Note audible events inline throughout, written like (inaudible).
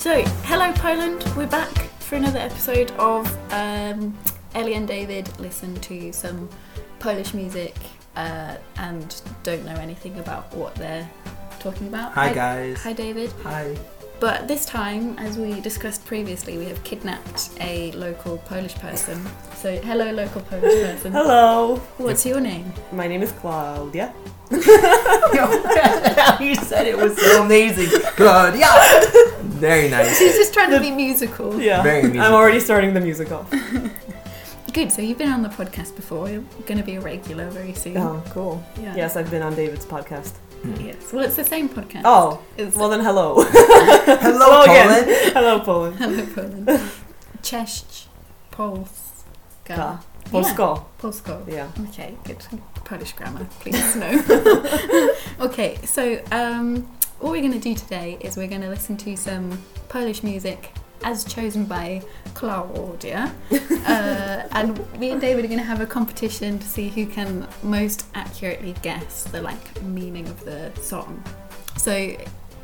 Hello, Poland. We're back for another episode of um, Ellie and David listen to some Polish music uh, and don't know anything about what they're talking about. Hi guys. Hi, David. (laughs) Hi. But this time, as we discussed previously, we have kidnapped a local Polish person. So, hello, local (laughs) Polish person. Hello, What's your (laughs) name? my name is Claudia. (laughs) you said it was so amazing. Good. Yeah. Very nice. She's just trying to (laughs) be musical. Yeah, Very musical. I'm already starting the musical. Good. So you've been on the podcast before. You're going to be a regular very soon. Oh, cool. Yeah. Yes, I've been on David's podcast. Yes. Well, it's the same podcast. Oh, It's- well then, hello, (laughs) Hello, again. Poland. hello (laughs) Poland. (laughs) Hello, Poland. Cześć, Polska. Ka. Polsko. Polsko. Yeah. Okay, good. Polish grammar, please. (laughs) No. okay, so um, what we're going to do today is we're going to listen to some Polish music as chosen by (laughs) Claudia. uh, and me and David are going to have a competition to see who can most accurately guess the like meaning of the song. So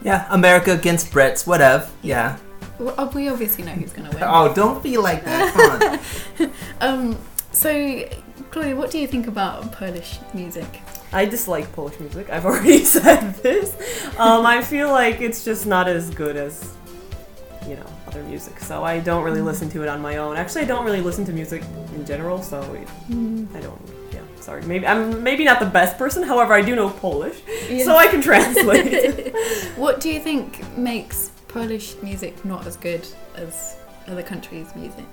Yeah. America against Brits. Whatever. Yeah. w- oh, we obviously know who's going to win. Oh, don't be like that. Come on. Um, so, Claudia, what do you think about Polish music? I dislike Polish music. I've (laughs) already said this. Um, I feel like it's just not as good as, you know, other music. So I don't really listen to it on my own. Actually, I don't really listen to music in general. So I don't. Yeah, sorry. Maybe I'm maybe not the best person. However, I do know Polish, so I (laughs) can translate. what do you think makes Polish music not as good as other countries' music?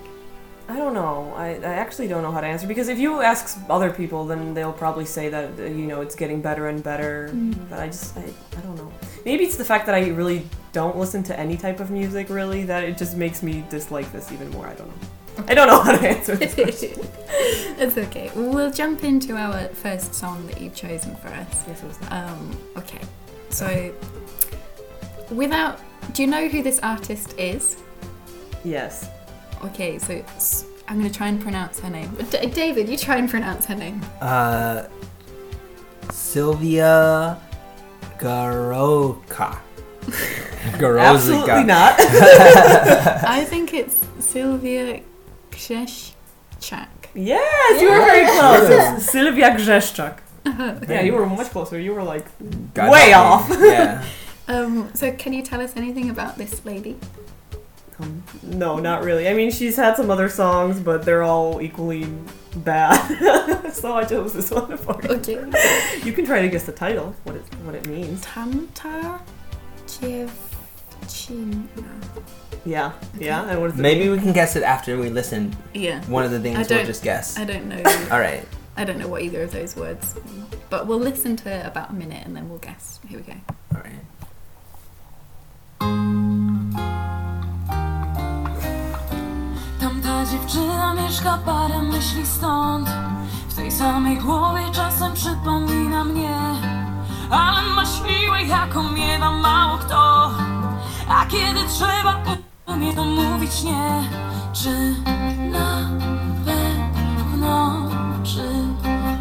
I don't know. I, I actually don't know how to answer because if you ask other people, then they'll probably say that uh, you know it's getting better and better. Mm. But I just I, I don't know. Maybe it's the fact that I really don't listen to any type of music really that it just makes me dislike this even more. I don't know. I don't know how to answer this. (laughs) That's okay. We'll jump into our first song that you've chosen for us. Yes, it was- Um, okay, so without, do you know who this artist is? yes. Okay, so it's, I'm going to try and pronounce her name. D- David, you try and pronounce her name. (laughs) Uh, Sylvia (laughs) Garoka. Absolutely not. (laughs) I think it's Sylvia Krzeszczak. yes, you were very close. Yeah. It's Sylwia Grzeszczak. Yeah, Very you were much closer. You were like God way help off. me. (laughs) Yeah. Um, so, can you tell us anything about this lady? Um, no, not really. I mean, she's had some other songs, but they're all equally bad. (laughs) so I chose this one for you. Okay. You can try to guess the title, what it what it means. Tamta Dziewczyna. Yeah, yeah. And what is it? Maybe we can guess it after we listen. Yeah. One of the I things don't- we'll just guess. I don't (laughs) know. All right. I don't know what either of those words. mean. But we'll listen to about a minute and then we'll guess. Here we go. All right. Tamta dziewczyna mieszka parę myśli stąd W tej samej głowie czasem przypomina mnie Ale ma siłę jaką nie ma mało kto A kiedy trzeba umie to mówić nie Czy na pewno, czy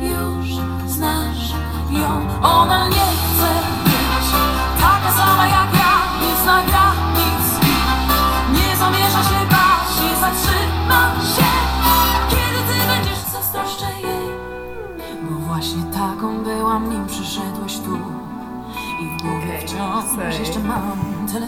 już znasz ją? Ona nie chce być taka sama jak ja Nie zna granic nie zamierza się bać, nie zatrzyma się Kiedy ty będziesz, zazdroszczę jej Bo właśnie taką byłam, nim przyszedłeś tu I w głowie Okej, wciąż so- jeszcze mam tyle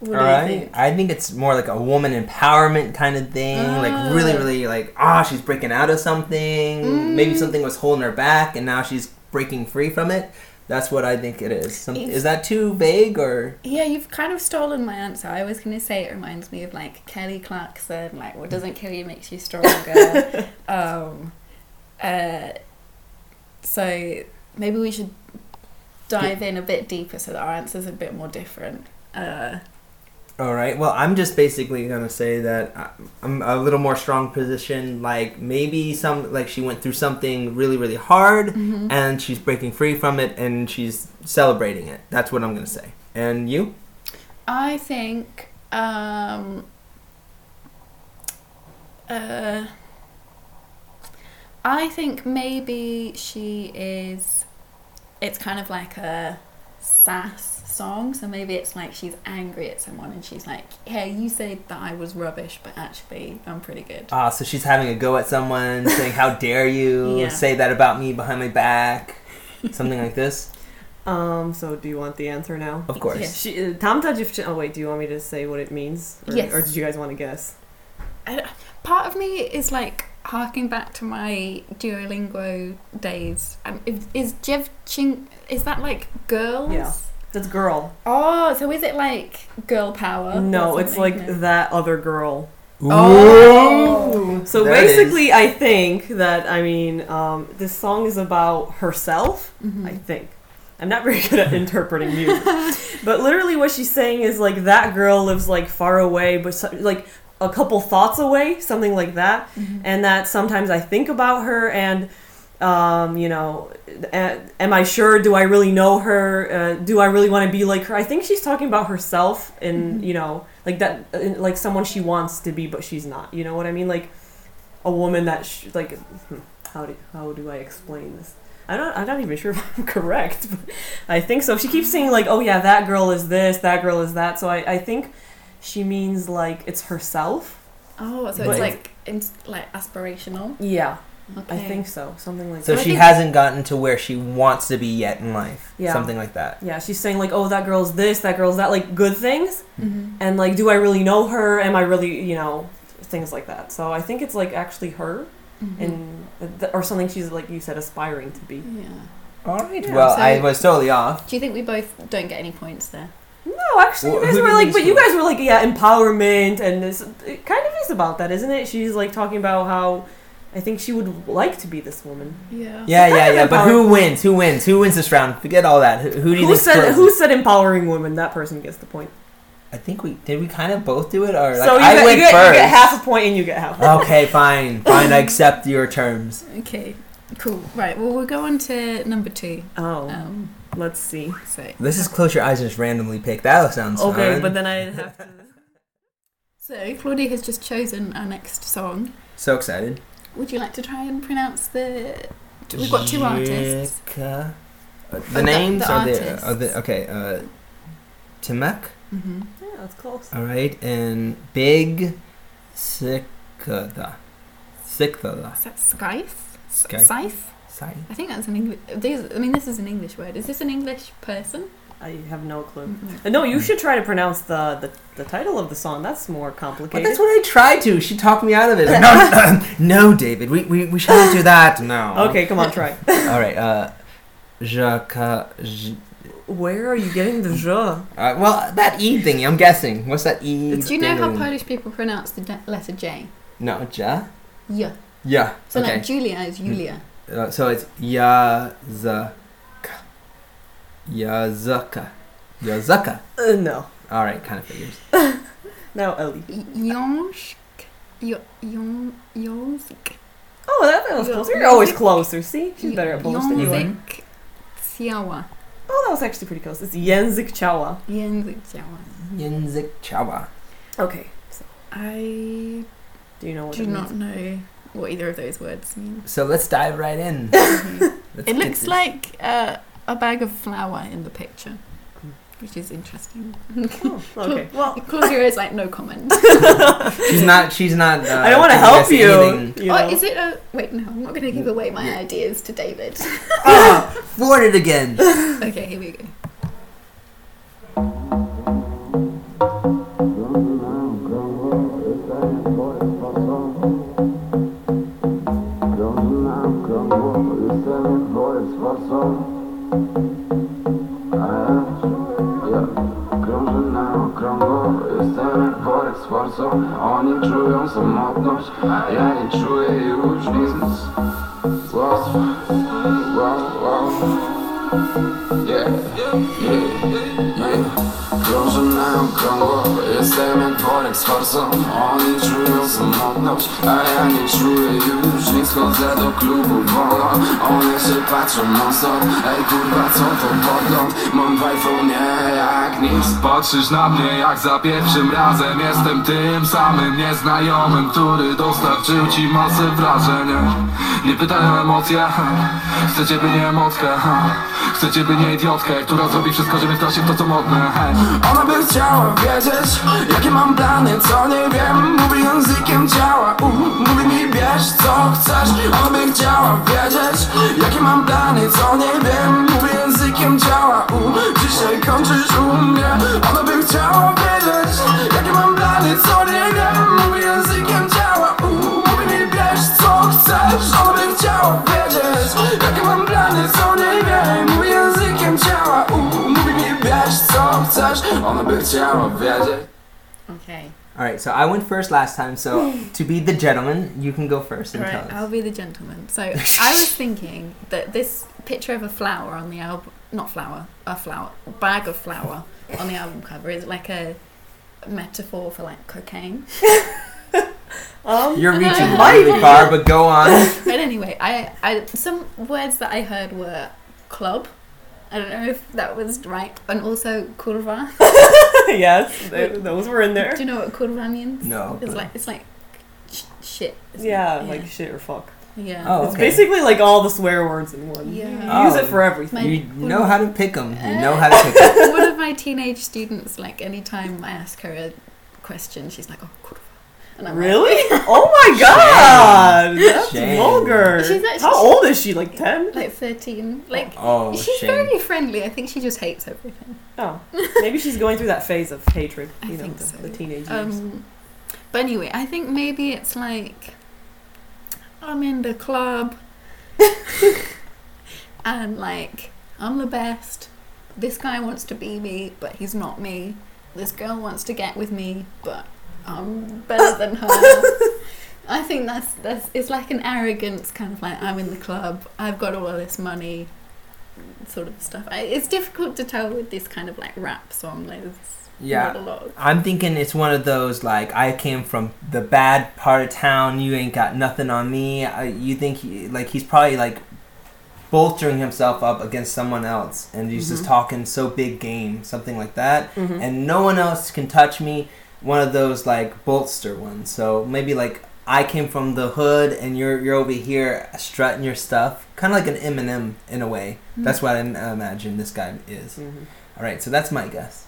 What do you All right. think? I think it's more like a woman empowerment kind of thing. Like really, really like ah, Mm. she's breaking out of something. Maybe something was holding her back, and now she's breaking free from it. That's what I think it is. Some, It's- is that too vague or? Yeah, you've kind of stolen my answer. I was going to say it reminds me of like Kelly Clarkson, like what doesn't kill you makes you stronger. um, uh, so maybe we should dive in a bit deeper so that our answers are a bit more different. Uh, All right. Well, I'm just basically gonna say that I- I'm a little more strong position. Like maybe some like she went through something really, really hard, and she's breaking free from it, and she's celebrating it. That's what I'm gonna say. And you? I think. Um, uh, I think maybe she is. It's kind of like a sass song. So maybe it's like she's angry at someone and she's like, "Yeah, you said that I was rubbish, but actually I'm pretty good." Ah, so she's having a go at someone, saying, "How dare (laughs) you Yeah. say that about me behind my back?" Something like this. Um, so do you want the answer now? (laughs) Of course. Yeah. She, tamta dziewczyna. Oh wait, do you want me to say what it means, or, Yes. or did you guys want to guess? Part of me is like harking back to my Duolingo days. Um, if- is Jevching is that like girls? Yeah. That's girl. Oh, so is it like girl power? no, or it's like something? No. that other girl. Oh. So There it is. basically, I think that I mean um, this song is about herself. I think. I'm not very (laughs) good at interpreting (laughs) music. but literally what she's saying is like that girl lives like far away but so, like a couple thoughts away, something like that. And that sometimes I think about her and um, you know, a- am I sure? Do I really know her? Uh, do I really want to be like her? I think she's talking about herself and, you know, like that in- like someone she wants to be but she's not. You know what I mean? Like a woman that sh- like hmm, how do how do I explain this? I don't. I'm not even sure if (laughs) I'm correct, but I think so. She keeps saying like, "Oh yeah, that girl is this, that girl is that." So I, I think she means like it's herself. Oh, so But- it's like ins- like aspirational. Yeah, Okay. I think so. Something like So that. she think- hasn't gotten to where she wants to be yet in life. Yeah. Something like that. yeah, she's saying like, "Oh, that girl's this, that girl's that," like good things, Mm-hmm. and like, do I really know her? Am I really, you know, things like that. So I think it's like actually her, Mm-hmm. and th- or something she's like you said aspiring to be. Yeah. All right. Yeah, well, so- I was totally off. Do you think we both don't get any points there? No, actually, Well, you guys who were did like, these but you for? guys were like, yeah, empowerment, and this it kind of is about that, isn't it? She's like talking about how I think she would like to be this woman. Yeah. Yeah, yeah, kind yeah. of But who empowered. wins? Who wins? Who wins this round? Forget all that. Who, who do you Who think? said closes? who said empowering woman? That person gets the point. I think we did. We kind of both do it, or like so you, I get, went you, get, you first. Oh. get half a point, and you get half. okay, fine, fine. I accept your terms. Okay. Cool. Right. Well, we'll go on to number two. Oh, Um. let's see. So. This is close your eyes and just randomly pick. That sounds Okay, fun. but then I have to. So Claudia has just chosen our next song. so excited. Would you like to try and pronounce the? We've got two artists. Jika- uh, the- The names the are artists. there. Are the, okay, uh, Timek. Mm-hmm. Yeah, that's close. All right, and Big Cicada. Cicada. Is that scythe? Scythe. Scythe? Sorry. I think that's an English. These, I mean, this is an English word. Is this an English person? I have no clue. Mm, Uh, No, you should try to pronounce the, the, the title of the song. That's more But complicated. that's what I tried to. She talked me out of (laughs) it. no, um, no, David, we, we, we shouldn't do that. No. okay, come on, (laughs) try. All right. Uh, Jaka. J- Where are you getting the je? uh, well, that E thingy, I'm guessing. What's that E? Do you know how thing? Polish people pronounce the de- letter J? No, ja? Yeah. Yeah. So okay. like Julia is Hmm. Julia. Uh, so it's Yazaka. Yazaka. Yazaka. Uh, no. All right, kind of figures. Now Ellie. Jążk. Jo- Ją- Jązk. Oh, that, that was Yeah. close. You're always closer. See, she's better at Polish than you are. Jązyk ciała. Oh, that was actually pretty close. It's język ciała. Język ciała. Język ciała. Okay. I Do you know what do it not means? know what either of those words (laughs) mean. So let's dive right in. Let's it get looks this. like uh, a bag of flour in the picture, which is interesting. Oh, okay. (laughs) Well, Claudia is like no comment. she's not. She's (laughs) not. Uh, I don't want to help giving you. us anything. (laughs) you Or know. Oh, is it a wait? No, I'm not going to give away my ideas to David. Ah, thwarted again. okay, here we go. Forsą. Oni czują samotność, a ja nie czuję już nic. Wow, wow, wow. Yeah, yeah, yeah. Krążę na okrągło, jestem jak worek z forsą Oni czują samotność, a ja nie czuję już nic Wchodzę do klubu wolno One się patrzą mocno Ej kurwa co to podgląd Mam w iPhone'ie jak nic Patrzysz na mnie jak za pierwszym razem Jestem tym samym nieznajomym Który dostarczył ci masę wrażeń Nie pytaj o emocje Chcę ciebie nie emotkę Chcę ciebie nie idiotkę Która zrobi wszystko, żeby wtrącić w to co modne Ona by chciała wiedzieć Jakie mam plany, co nie wiem Mówi językiem ciała u, Mówi mi bierz co chcesz Ona by chciała wiedzieć Jakie mam plany, co nie wiem Mówi językiem ciała u, Dzisiaj kończysz u mnie Ona by chciała wiedzieć Jakie mam plany, co nie wiem Mówi językiem ciała u, Mówi mi bierz co chcesz Ona by chciała wiedzieć Jakie mam plany, co nie wiem Mówi językiem ciała u, Mówi mi wiesz co chcesz Ona by chciała wiedzieć Okay. (laughs) All right, so I went first last time, so to be the gentleman, you can go first and Right, tell I'll us. be the gentleman. (laughs) So I was thinking that this picture of a flower on the album, not flower, a flower, a bag of flour on the album cover is like a metaphor for like cocaine. (laughs) (laughs) (laughs) Um, (laughs) You're reaching Might really far, but (laughs) go on. But anyway, I, I some words that I heard were club. I don't know if that was right, and also kurva. yes, they, those were in there. Do you know what kurva means? No. It's like it's like sh- shit. isn't it? Yeah, like shit or fuck. yeah. Oh, It's okay. basically like all the swear words in one. Yeah. You use it Oh. for everything. My- you know how to pick them. You know how (laughs) to pick them. one of my teenage students, like anytime I ask her a question, she's like, "Oh, kurva," and I'm like, (laughs) Really? Oh my god! That's Shame. vulgar. She's actually- How old is she? Like 10? like thirteen. Like Oh, she's shame. very friendly. I think she just hates everything. (laughs) Oh, maybe she's going through that phase of hatred. I You know, think the, so. the teenage years. Um, but anyway, I think maybe it's like I'm in the club, and like I'm the best. This guy wants to be me, but he's not me. This girl wants to get with me, but I'm better than her. I think that's that's it's like an arrogance kind of like I'm in the club, I've got all of this money, sort of stuff. I, it's difficult to tell with this kind of like rap song. Like, there's Yeah. not a lot. of- I'm thinking it's one of those like I came from the bad part of town. You ain't got nothing on me. I, you think he, like he's probably like bolstering himself up against someone else, and he's just talking so big game, something like that. Mhm. And no one else can touch me. One of those like bolster ones. So maybe like I came from the hood, and you're you're over here strutting your stuff, kind of like an Eminem in a way. That's what I im- imagine this guy is. Mhm. All right, so that's my guess.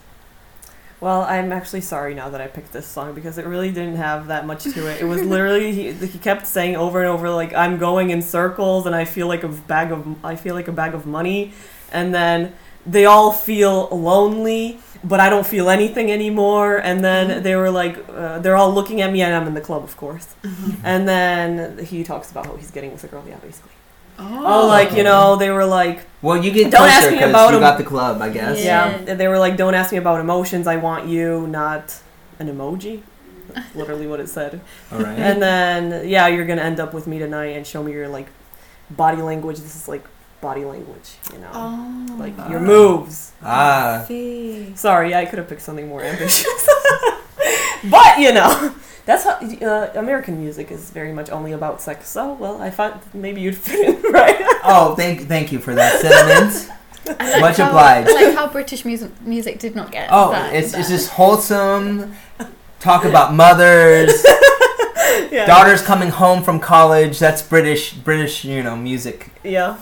Well, I'm actually sorry now that I picked this song because it really didn't have that much to it. It was literally he, he kept saying over and over like I'm going in circles and I feel like a bag of I feel like a bag of money and then they all feel lonely but I don't feel anything anymore and then they were like uh, they're all looking at me and I'm in the club of course. And then he talks about how he's getting with a girl yeah basically. Oh, like you know they were like Well, you get Don't ask closer me 'cause about you him. got the club, I guess. Yeah. yeah. They were like, don't ask me about emotions. I want you, not an emoji. That's literally what it said. All right. And then, yeah, you're going to end up with me tonight and show me your, like, body language. This is, like, body language, you know? Oh, Like, I your moves. ah, see. Sorry, yeah, I could have picked something more ambitious. (laughs) but, you know, that's how uh, American music is very much only about sex. So, well, I thought maybe you'd fit in, (laughs) right? oh, thank thank you for that sentiment. Much how, obliged. Like how British music music did not get. Oh, that, it's it's that. just wholesome. Talk about mothers, yeah. daughters coming home from college. That's British British, you know, music. Yeah.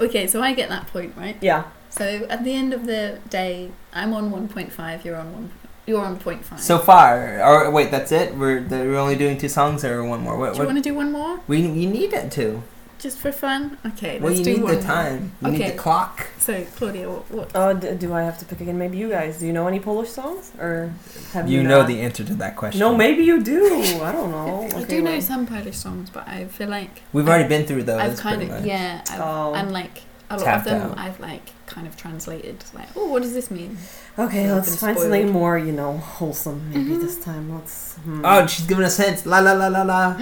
okay. So I get that point, right? Yeah. So at the end of the day, I'm on 1.5. You're on one. You're on 0.5. So far, or wait, that's it. We're th- we're only doing two songs, or one more. What, do you what want to do one more, we we need it to. just for fun? Okay. Well, let's you do need one the time. You need Okay. the clock. More. So Claudia, what? what Oh, d- do I have to pick again? Maybe you guys. Do you know any Polish songs, or have you? You know not? the answer to that question. No, maybe you do. I don't know. I Okay, do know well. some Polish songs, but I feel like Oh, We've already been through those. I've kind of pretty much. yeah, I've, Oh. and like a lot Tapped of them, out. I've like kind of translated like, oh, what does this mean? Okay, I've let's been find spoiled. something more, you know, wholesome. Maybe Mm-hmm. this time, let's. Hmm. Oh, she's giving us hints. La la la la la.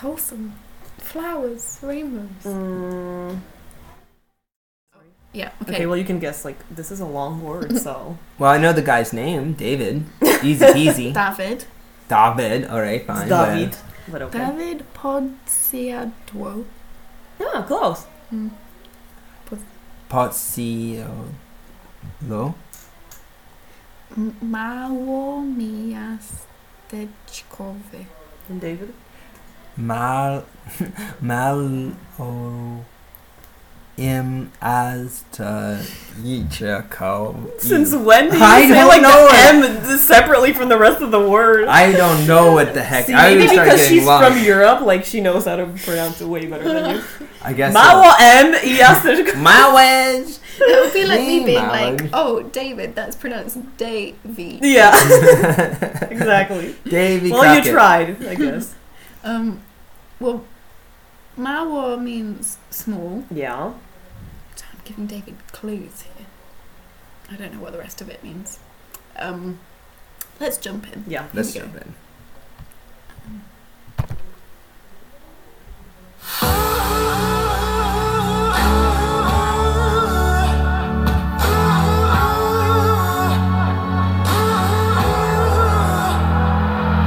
Wholesome, flowers, rainbows. Mm, Yeah. okay. Okay. well, you can guess. Like, this is a long word, (laughs) so Well, I know the (laughs) guy's name, David. Easy peasy. David. David. All right, fine. David. but- But okay. David Podsiadwo. Oh, close. Mm. Potsio. Low? M- Mało miasteczkowy. And David? Mal. (laughs) Mal. O. Im as to Since when do you I say don't like know the M separately from the rest of the word? I don't know what the heck. See, I maybe always start because getting she's lost. from Europe, like she knows how to pronounce it way better than (laughs) you. I guess. Mało M E i jasteczko. so. My (laughs) wedge. It would be like me Hey, being Malin. like, oh, David, that's pronounced Davy. (laughs) Yeah, (laughs) (laughs) exactly. Davy Well, you Crockett. tried, I guess. Um, well, Mało means small. Yeah. So I'm giving David clues here. I don't know what the rest of it means. Um, let's jump in. Yeah. Let's jump in.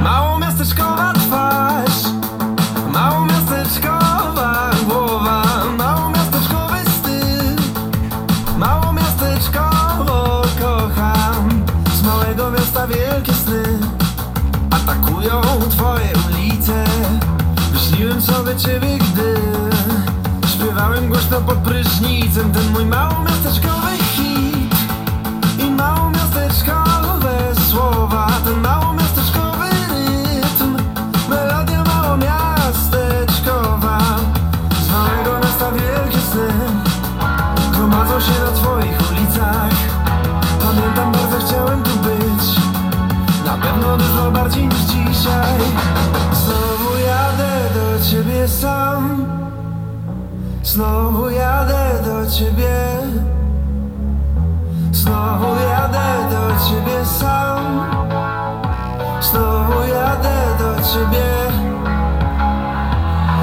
Mało miasteczkowa twarz, mało miasteczkowa głowa, mało miasteczkowy styl, mało miasteczkowo kocham. Z małego miasta wielkie sny atakują twoje ulice. Śniłem sobie ciebie, gdy śpiewałem głośno pod prysznicem ten mój mało miasteczkowy hit. I małomiasteczkowe słowa, ten małomiasteczkowy rytm Melodia małomiasteczkowa Z małego miasta wielkie sny Gromadzą się na twoich ulicach Pamiętam, bardzo chciałem tu być Na pewno dużo bardziej niż dzisiaj Znowu jadę do ciebie sam Znowu jadę do ciebie Znowu jadę do ciebie sam Znowu jadę do ciebie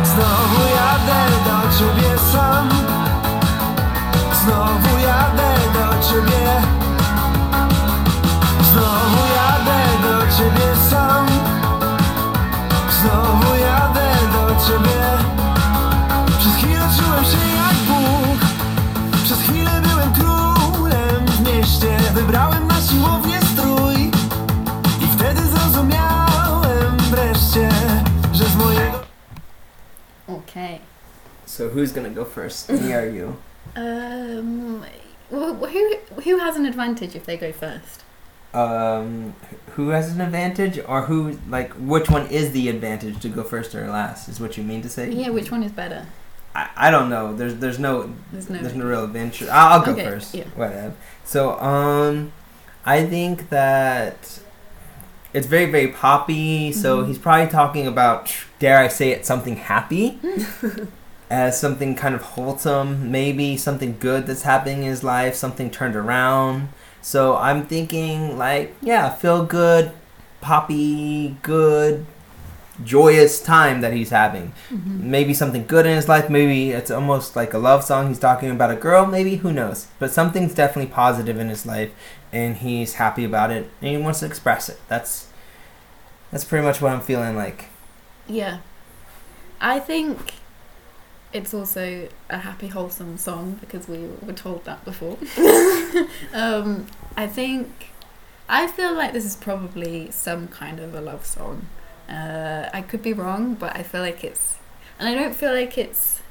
Znowu jadę do ciebie sam Znowu jadę do ciebie Znowu jadę do ciebie sam Znowu jadę do ciebie Przez chwilę czułem się jak Bóg przez chwilę byłem królem w mieście Wybrałem na siłownię strój I wtedy zrozumiałem wreszcie Że z mojego... Okay. So who's gonna go first? Me or you? Um, well, who who has an advantage if they go first? Um, who has an advantage, or who like which one is the advantage to go first or last? Is what you mean to say? Yeah, which one is better? I, I don't know. There's there's no There's no. there's no real adventure. I'll, I'll go Okay, first. yeah. Whatever. So um, I think that it's very very poppy. So Mhm. he's probably talking about dare I say it something (laughs) happy. As something kind of wholesome, maybe something good that's happening in his life, something turned around. So I'm thinking, like, yeah, feel good, poppy, good, joyous time that he's having Mhm. maybe something good in his life maybe it's almost like a love song he's talking about a girl maybe who knows but something's definitely positive in his life and he's happy about it and he wants to express it that's that's pretty much what i'm feeling like Yeah, I think it's also a happy, wholesome song because we were told that before. um, I think I feel like this is probably some kind of a love song. Uh, I could be wrong, but I feel like it's, and I don't feel like it's.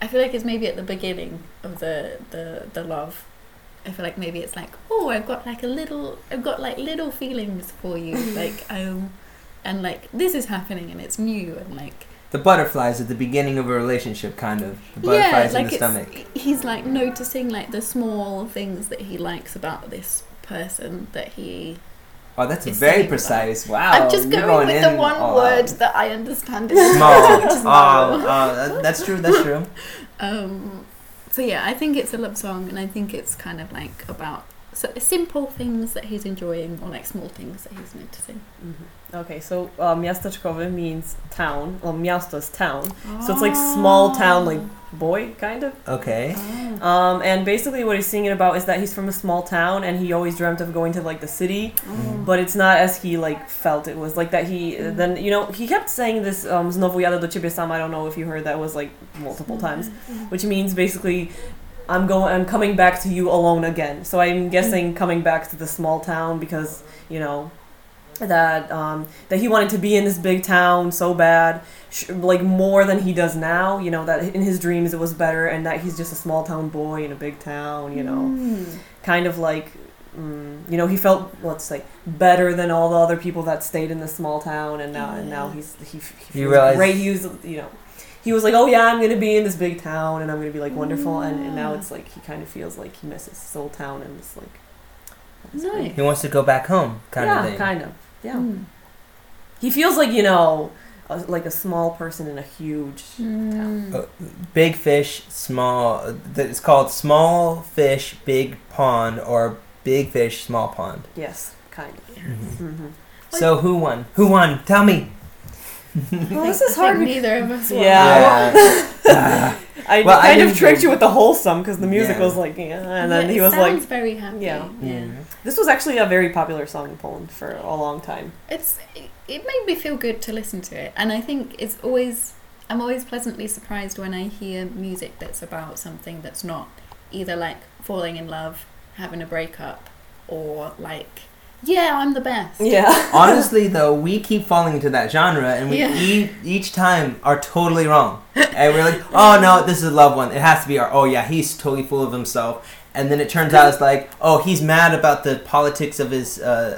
I feel like it's maybe at the beginning of the the the love. I feel like maybe it's like, oh, I've got like a little, I've got like little feelings for you, like um, and like this is happening and it's new and like the butterflies at the beginning of a relationship kind of the yeah, butterflies like in the stomach it's, he's like noticing like the small things that he likes about this person that he oh that's it's very singing precise wow I'm just you're going, with the Oh, in one all word out. that I understand is (laughs) small important, which is oh, small. oh, that- that's true that's true Um, so yeah, I think it's a love song, and I think it's kind of like about so simple things that he's enjoying, or like small things that he's noticing. Mm-hmm. Okay, so uh, miasteczkowy means town. Well, miasto is town. So it's like small town, like boy, kind of. Okay. Um, and basically, what he's singing about is that he's from a small town and he always dreamt of going to like the city, Oh. but it's not as he like felt it was. Like that he then you know he kept saying this um, "znowu jadę do ciebie sam." I don't know if you heard that was like multiple times, Mm. which means basically. I'm going. I'm coming back to you alone again. So I'm guessing coming back to the small town because you know that um, that he wanted to be in this big town so bad, sh- like more than he does now. You know that in his dreams it was better, and that he's just a small town boy in a big town. You know, kind of like. Mm, you know, he felt let's say better than all the other people that stayed in the small town, and now and now he's he, he, feels realized- great. He was you know, he was like, oh yeah, I'm gonna be in this big town, and I'm gonna be like wonderful, and, and now it's like he kind of feels like he misses his old town, and it's like Nice. He wants to go back home, kind yeah, of thing. kind of yeah. Mm. He feels like you know, a, like a small person in a huge. Oh. Mm. Uh, Big fish, small. th- It's called small fish, big pond, or big fish, small pond. Yes, Mm-hmm. kind of. So who won? Who won? Tell me. Well, this I is (laughs) think hard. Neither of us. won. Yeah. (laughs) I Well, I kind of didn't tricked do- you with the wholesome because the music Yeah. was like, yeah, and then Yeah, he it was sounds like, very happy. Yeah. yeah. this was actually a very popular song in Poland for a long time. It's it- it made me feel good to listen to it, and I think it's always I'm always pleasantly surprised when I hear music that's about something that's not either like falling in love, having a breakup, or like yeah, I'm the best. Yeah, (laughs) Honestly, though, we keep falling into that genre, and we Yeah. e- each time are totally wrong. And we're like, oh no, this is a loved one. It has to be our. Oh yeah, he's totally full of himself. And then it turns out it's like, oh, he's mad about the politics of his uh,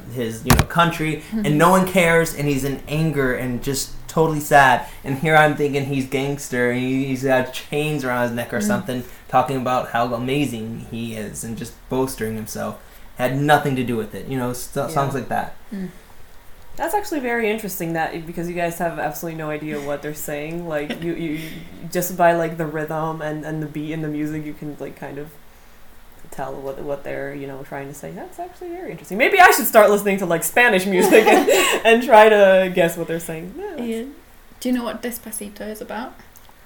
uh, his you know country, and no one cares, and he's in anger and just totally sad. And here I'm thinking he's gangster, and he- he's got chains around his neck or something, talking about how amazing he is, and just bolstering himself. Had nothing to do with it, you know, st- Yeah. songs like that. (laughs) that's actually very interesting. That because you guys have absolutely no idea what they're saying. Like you, you just by like the rhythm and and the beat and the music, you can like kind of tell what what they're you know trying to say. That's actually very interesting. Maybe I should start listening to like Spanish music and, and try to guess what they're saying. Yeah, that's- Yeah. Do you know what Despacito is about?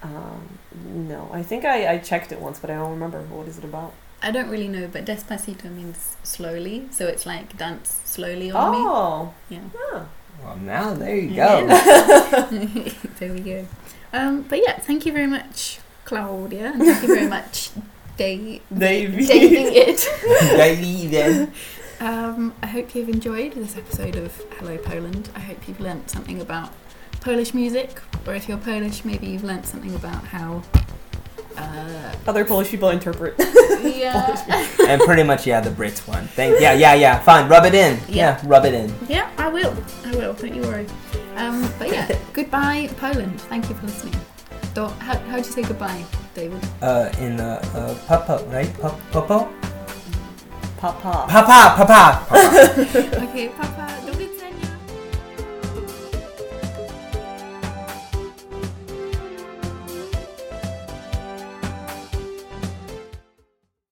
Um, no, I think I, I checked it once, but I don't remember. What is it about? I don't really know, but Despacito means slowly, so it's like dance slowly on Oh, me. Yeah. Well, now there you go. Yeah. (laughs) there we go. Um, but yeah, thank you very much, Claudia, and thank you very much, Dave. Davey. (laughs) Davey it. (laughs) Baby, then. Um, I hope you've enjoyed this episode of Hello Poland. I hope you've learnt something about Polish music, or if you're Polish, maybe you've learnt something about how. (laughs) Uh, Other Polish people interpret. yeah. and pretty much yeah, the Brits one. Thank yeah, yeah, yeah. Fine, rub it in. Yeah. Yeah, rub it in. yeah, I will. I will. Don't you worry. Um, but yeah, goodbye, Poland. Thank you for listening. Do- how, how do you say goodbye, David? Uh, in the uh, papa, right? Pop, popo, Papa. papa, papa, papa. Okay, Papa, do widzenia.